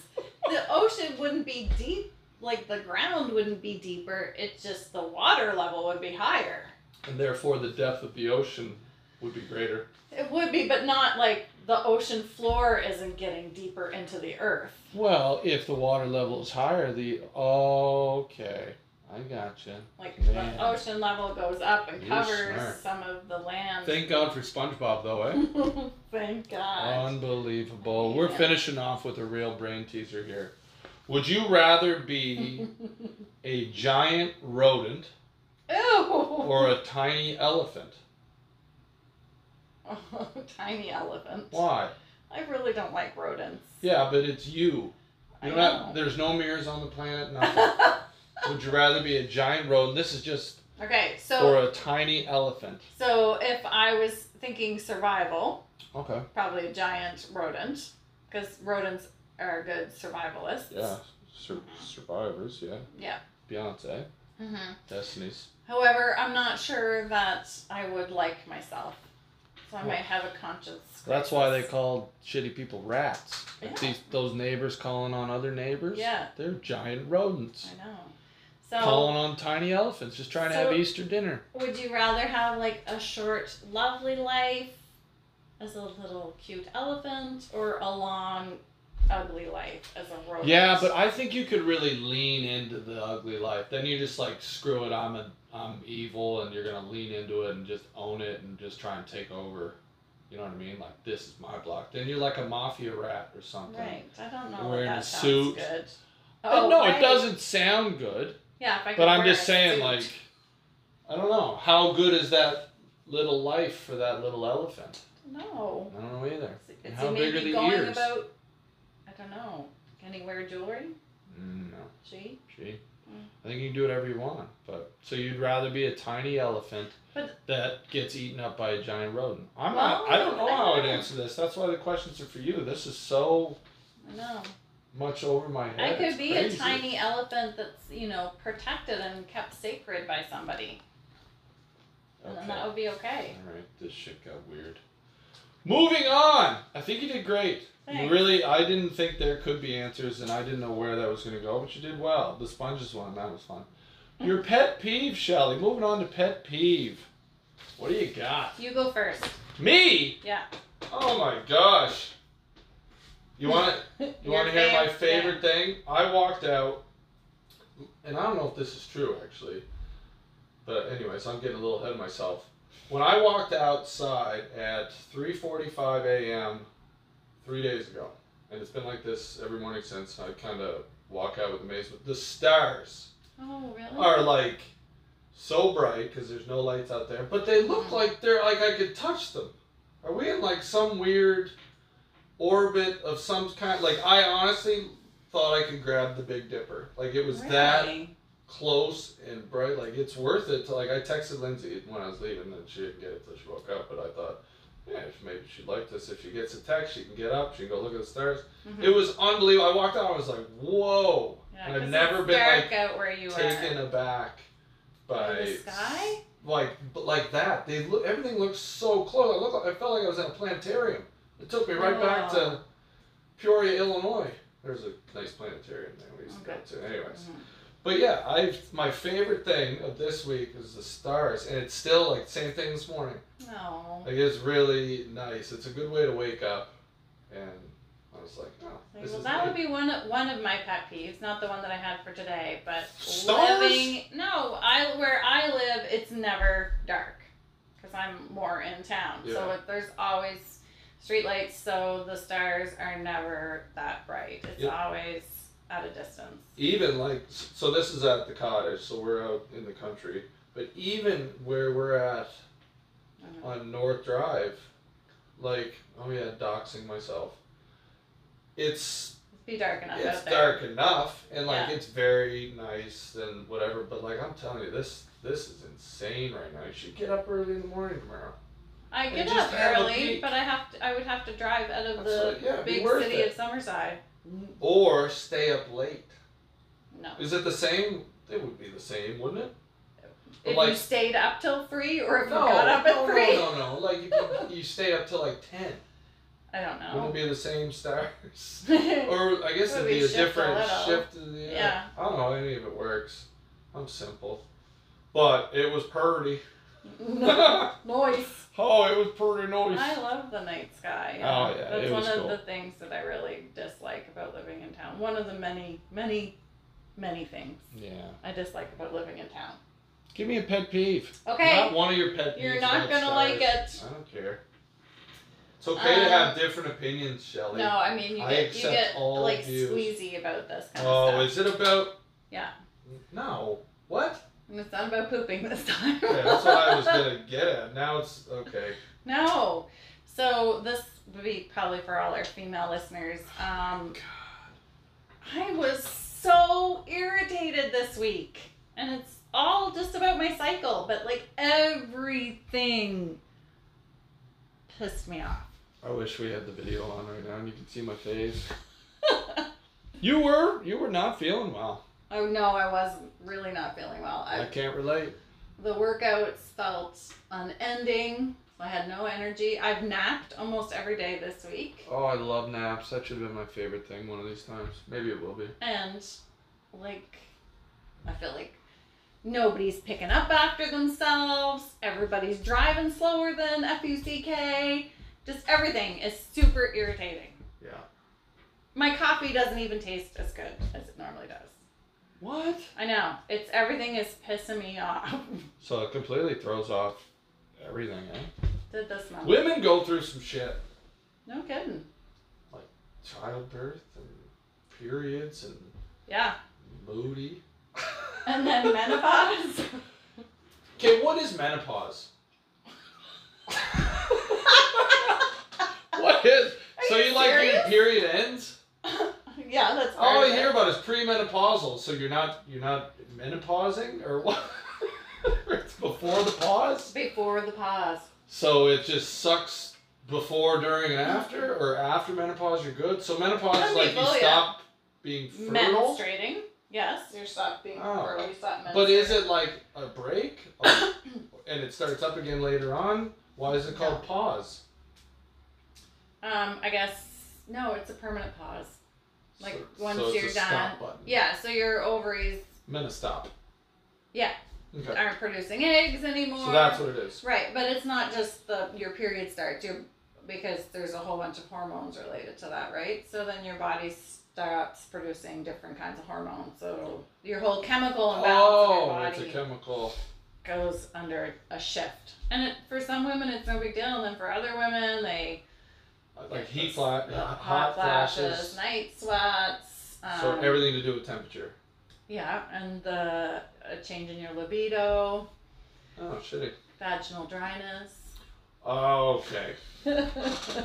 C: the ocean wouldn't be deep. Like the ground wouldn't be deeper. It's just the water level would be higher.
A: and therefore the depth of the ocean would be greater.
C: It would be, but not like the ocean floor isn't getting deeper into the earth.
A: Well, if the water level is higher, the okay, I gotcha.
C: Like
A: Man.
C: the ocean level goes up and
A: You're
C: covers
A: smart.
C: some of the land.
A: Thank God for SpongeBob, though, eh?
C: Thank God.
A: Unbelievable. We're
C: Yeah.
A: finishing off with a real brain teaser here. Would you rather be a giant rodent
C: Ew!
A: or a tiny elephant?
C: Tiny elephant.
A: Why?
C: I really don't like rodents.
A: Yeah, but it's you.
C: I
A: You're
C: know.
A: not, there's no mirrors on the planet, nothing. Would you rather be a giant rodent? This is just
C: okay, so
A: or a tiny elephant.
C: so if I was thinking survival,
A: Okay.
C: probably a giant rodent, because rodents are good survivalists.
A: Yeah. sur- survivors, yeah.
C: Yeah.
A: Beyonce,
C: Mm-hmm.
A: Destiny's.
C: However, I'm not sure that I would like myself, so I might have a conscience.
A: That's why they
C: crisis.
A: called shitty people rats.
C: Yeah.
A: These those neighbors calling on other neighbors.
C: Yeah.
A: They're giant rodents.
C: I know. So
A: Calling on tiny elephants, just trying to have
C: So-
A: Easter dinner.
C: Would you rather have like a short, lovely life as a little cute elephant or a long, ugly life as a rodent?
A: Yeah, but I think you could really lean into the ugly life. Then you just like screw it. I'm a I'm evil, and you're gonna lean into it and just own it and just try and take over. You know what I mean? Like this is my block. Then you're like a mafia rat or something.
C: Right. I don't know.
A: Wearing
C: if that
A: a
C: sounds
A: suit.
C: Good. Oh,
A: And no,
C: right.
A: it doesn't sound good.
C: Yeah, if I could
A: But I'm
C: wear
A: just
C: a
A: saying,
C: suit.
A: like, I don't know. How good is that little life for that little elephant?
C: No.
A: I don't know either.
C: Is- Is
A: How
C: he
A: big
C: maybe
A: are the
C: going
A: ears?
C: about? I don't know. Can he wear jewelry?
A: Mm, no,
C: She.
A: gee.
C: Mm.
A: I think you can do whatever you want. But so you'd rather be a tiny elephant
C: But-
A: that gets eaten up by a giant rodent. I'm not.
C: Well,
A: I don't know
C: I
A: how I'd
C: don't know.
A: answer this. That's why the questions are for you. This is so
C: I know.
A: much over my head.
C: I
A: It's
C: could be
A: crazy.
C: a tiny elephant that's you know protected and kept sacred by somebody, and
A: Okay.
C: then that would be okay.
A: All right, this shit got weird. Moving on. I think you did great. You
C: Thanks.
A: really, I didn't think there could be answers, and I didn't know where that was going to go, but you did well. The sponges one, that was fun. Your pet peeve, Shelly. Moving on to pet peeve. What do you got?
C: You go first.
A: Me?
C: Yeah.
A: Oh my gosh. You want to you want to hear my favorite thing? I walked out, and I don't know if this is true actually, but anyways, I'm getting a little ahead of myself. When I walked outside at 3:45 a.m. three days ago, and it's been like this every morning since. I kind of walk out with amazement. The stars
C: Oh really?
A: are like so bright because there's no lights out there, but they look
C: Mm.
A: like they're like I could touch them. Are we in like some weird orbit of some kind? Like I honestly thought I could grab the Big Dipper. Like it was that
C: Really?
A: close and bright. Like it's worth it. To, like I texted Lindsay when I was leaving, and she didn't get it till she woke up. But I thought, yeah, if maybe she'd like this. If she gets a text, she can get up. She can go look at the stars.
C: Mhm.
A: It was unbelievable. I walked out. I was like, whoa.
C: Yeah,
A: and I've
C: 'cause
A: never
C: it's
A: been like
C: dark out where you
A: taken aback
C: are.
A: by
C: In the sky?
A: like but like that. They look, everything looks so close. I look I felt like I was in a planetarium. It took me right back to
C: Wow.
A: Peoria, Illinois. There's a nice planetarium there we used
C: Okay.
A: to go to. Anyways,
C: Mhm.
A: but yeah, I my favorite thing of this week is the stars, and it's still like same thing this morning.
C: No.
A: Like it's really nice. It's a good way to wake up, and I was like, oh,
C: Like,
A: this
C: well,
A: is
C: that
A: neat.
C: would be one of, one of my pet peeves, not the one that I had for today, but
A: Stars?
C: living. No, I where I live, it's never dark because I'm more in town, so
A: Yeah.
C: it, there's always streetlights, so the stars are never that bright. It's
A: Yep.
C: always at a distance.
A: even like so this is at the cottage so we're out in the country but even where we're at
C: Mhm.
A: on north drive like oh yeah doxing myself it's
C: It'd be dark enough
A: it's
C: out there.
A: dark enough and like
C: Yeah.
A: it's very nice and whatever but like i'm telling you this this is insane right now you should get up early in the morning tomorrow
C: I
A: They
C: get
A: just
C: up
A: have a
C: early,
A: peak.
C: but I have to. I would have to drive out of
A: That's
C: the
A: right, yeah, it'd be
C: big
A: worth
C: city
A: it.
C: of Summerside.
A: or stay up late
C: No,
A: is it the same it would be the same wouldn't it
C: if
A: like-
C: you stayed up till three, or if you got up at
A: no, no,
C: three,
A: no no like you, you stay up till like 10
C: I don't
A: wouldn't
C: know.
A: it be the same stars
C: yeah,
A: Or I guess it'd
C: Maybe
A: be a
C: shift a
A: different
C: little.
A: shift. in the- I don't know how any of it works. I'm simple. But it was pretty. oh,
C: noise.
A: it was pretty noisy.
C: I love the night sky.
A: Oh, yeah,
C: that's
A: it
C: one
A: was
C: of
A: cool.
C: the things that I really dislike about living in town. One of the many, many, many things
A: Yeah.
C: I dislike about living in town.
A: Give me a pet peeve.
C: Okay,
A: Not one of your pet peeves.
C: you're not gonna like it. Um,
A: I don't care. It's okay to have different opinions, Shelly.
C: No, I mean you
A: I
C: get you
A: accept
C: get
A: all
C: like
A: views.
C: squeezy about this kind of stuff.
A: Oh, is it about?
C: Yeah.
A: No. What?
C: And it's not about pooping this time.
A: Yeah, that's what I was gonna get at. Now it's okay.
C: No. So this would be probably for all our female listeners. Um, I was so irritated this week, and it's all just about my cycle, but like everything pissed me off.
A: I wish we had the video on right now and you could see my face. You were you were not feeling well.
C: Oh no, I was really not feeling well.
A: I
C: I,
A: can't relate.
C: the workouts felt unending. I had no energy. I've napped almost every day this week,
A: Oh, I love naps. That should have been my favorite thing one of these times. Maybe it will be.
C: and like, I feel like nobody's picking up after themselves. Everybody's driving slower than fuck. Just everything is super irritating.
A: Yeah.
C: My coffee doesn't even taste as good as it normally does.
A: What?
C: I know. It's everything is pissing me off.
A: So it completely throws off everything, eh?
C: Did this month.
A: Women go through some shit.
C: No kidding.
A: Childbirth and periods and
C: Yeah.
A: moody.
C: And then menopause.
A: Okay, what is menopause? what is?
C: Are
A: so
C: you
A: you, like your
C: serious?
A: period ends?
C: yeah, that's part
A: All
C: of
A: I
C: it.
A: Oh, hear about is premenopausal. So you're not you're not menopausing or what? it's before the pause.
C: Before the pause.
A: So it just sucks before, during, and after, or after menopause you're good. So menopause is
C: Some
A: like
C: people,
A: you
C: yeah.
A: stop being fertile.
C: Menstruating. Yes, you're stopped being
A: Oh.
C: or you stop menstruating.
A: But is it like a break, Oh, and it starts up again later on? Why is it called pause?
C: Um, I guess no, it's a permanent pause. Like
A: So-
C: once
A: so it's
C: you're
A: a
C: done.
A: stop button.
C: Yeah, so your ovaries
A: Menostop.
C: Yeah.
A: Okay.
C: aren't producing eggs anymore.
A: So that's what it is.
C: Right, but it's not just the your period starts. Your because there's a whole bunch of hormones related to that, right? So then your body stops producing different kinds of hormones. So your whole chemical imbalance
A: Oh,
C: of
A: it's
C: your
A: a
C: body
A: chemical.
C: goes under a shift. And it, for some women, it's no big deal, and then for other women, they
A: Like
C: get
A: heat
C: this-
A: flash,
C: the
A: hot, flashes.
C: night sweats. Um,
A: So everything to do with temperature.
C: Yeah, and the a change in your libido,
A: Oh, shitty. Oh,
C: vaginal dryness.
A: Okay.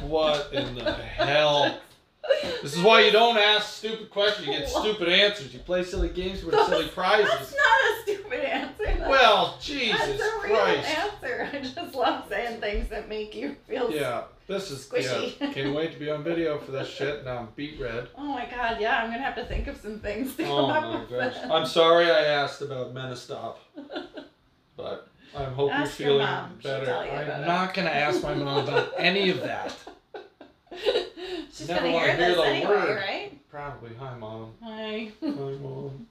A: What in the hell? This is why you don't ask stupid questions. You get stupid answers. You play silly games, you win silly
C: That's
A: prizes.
C: not a stupid answer. That's-
A: Well, Jesus
C: That's a real
A: Christ.
C: answer. I just love saying things that make you feel.
A: Yeah, this is.
C: Squishy.
A: Yeah, can't wait to be on video for this shit. Now I'm beat red.
C: Oh my god, yeah, I'm gonna have to think of some things to
A: Oh
C: come up
A: my
C: with.
A: gosh.
C: that.
A: I'm sorry I asked about Menastop, but I hope
C: Ask your
A: you're feeling
C: mom. She'll
A: better.
C: tell you
A: I'm
C: about it.
A: not going to ask my mom about any of that.
C: She's
A: Never
C: gonna
A: wanna
C: hear
A: hear
C: this
A: the
C: anyway,
A: word.
C: right?
A: Probably. Hi, mom.
C: Hi.
A: Hi, mom.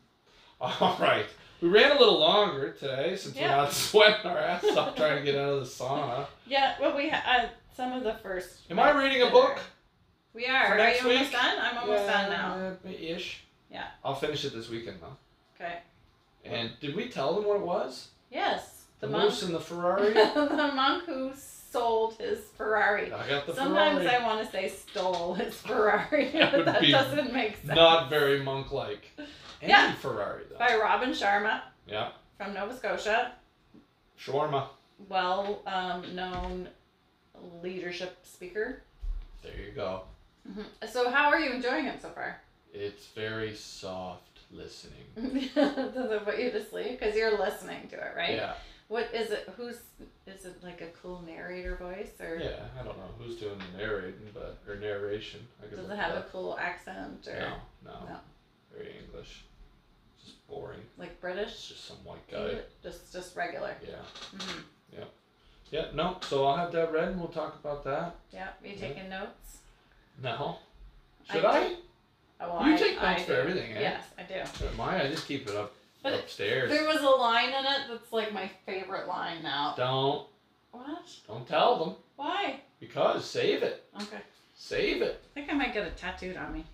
A: All right. We ran a little longer today since
C: Yeah.
A: we're not sweating our ass off trying to get out of the sauna.
C: Yeah, well, we ha- uh, some of the first.
A: Am I reading a book?
C: We are.
A: For
C: Are
A: next
C: you almost
A: week?
C: done? I'm almost done now.
A: Uh, ish.
C: Yeah.
A: I'll finish it this weekend though.
C: Okay.
A: And did we tell them what it was?
C: Yes. The,
A: The,
C: monk.
A: moose and the Ferrari. I
C: the monk who sold his Ferrari.
A: got the
C: Sometimes
A: Ferrari.
C: I want to say stole his Ferrari,
A: That
C: but
A: would
C: that
A: be
C: doesn't make sense.
A: Not very monk-like. And
C: Yeah.
A: Ferrari though.
C: By Robin Sharma
A: Yeah.
C: from Nova Scotia,
A: Shawarma.
C: well um, known leadership speaker.
A: There you go.
C: So, how are you enjoying it so far?
A: It's very soft listening.
C: Does it put you to sleep? Because you're listening to it, right?
A: Yeah.
C: What is it? Who's is it like a cool narrator voice or
A: Yeah. I don't know who's doing the narrating, but or narration. I could
C: does it
A: look
C: have a
A: up.
C: cool accent or
A: No, no.
C: No.
A: Very English. Just boring.
C: like
A: It's
C: British?
A: just some white guy.
C: Just just regular.
A: Yeah.
C: hmm
A: Yeah, no. So I'll have that read and we'll talk about that.
C: Yeah, you
A: Yeah.
C: taking notes?
A: No.
C: I
A: Should I?
C: Oh,
A: You
C: I-
A: take
C: I
A: notes for
C: do.
A: everything, eh?
C: Yes, I do.
A: Mine, I just keep it up
C: But it-
A: upstairs.
C: There was a line in it that's like my favorite line now.
A: Don't
C: What?
A: don't tell them
C: Why?
A: because save it,
C: Okay.
A: save it.
C: I think I might get it tattooed on me.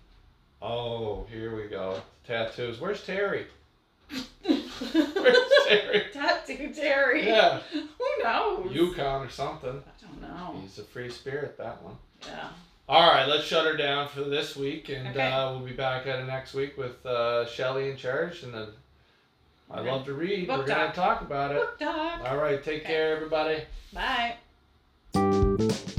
A: Oh, here we go. Tattoos. Where's Terry? Where's
C: Tattoo
A: Terry?
C: Terry.
A: Yeah,
C: Who knows?
A: Yukon or something.
C: I don't know.
A: He's a free spirit, that one.
C: Yeah.
A: All right, let's shut her down for this week, and
C: Okay.
A: uh, we'll be back at it next week with uh, Shelly in charge. And then I
C: Okay.
A: love to read.
C: Book
A: We're gonna
C: talk.
A: talk about it.
C: Book dog.
A: All right, take
C: Okay.
A: care, everybody.
C: Bye.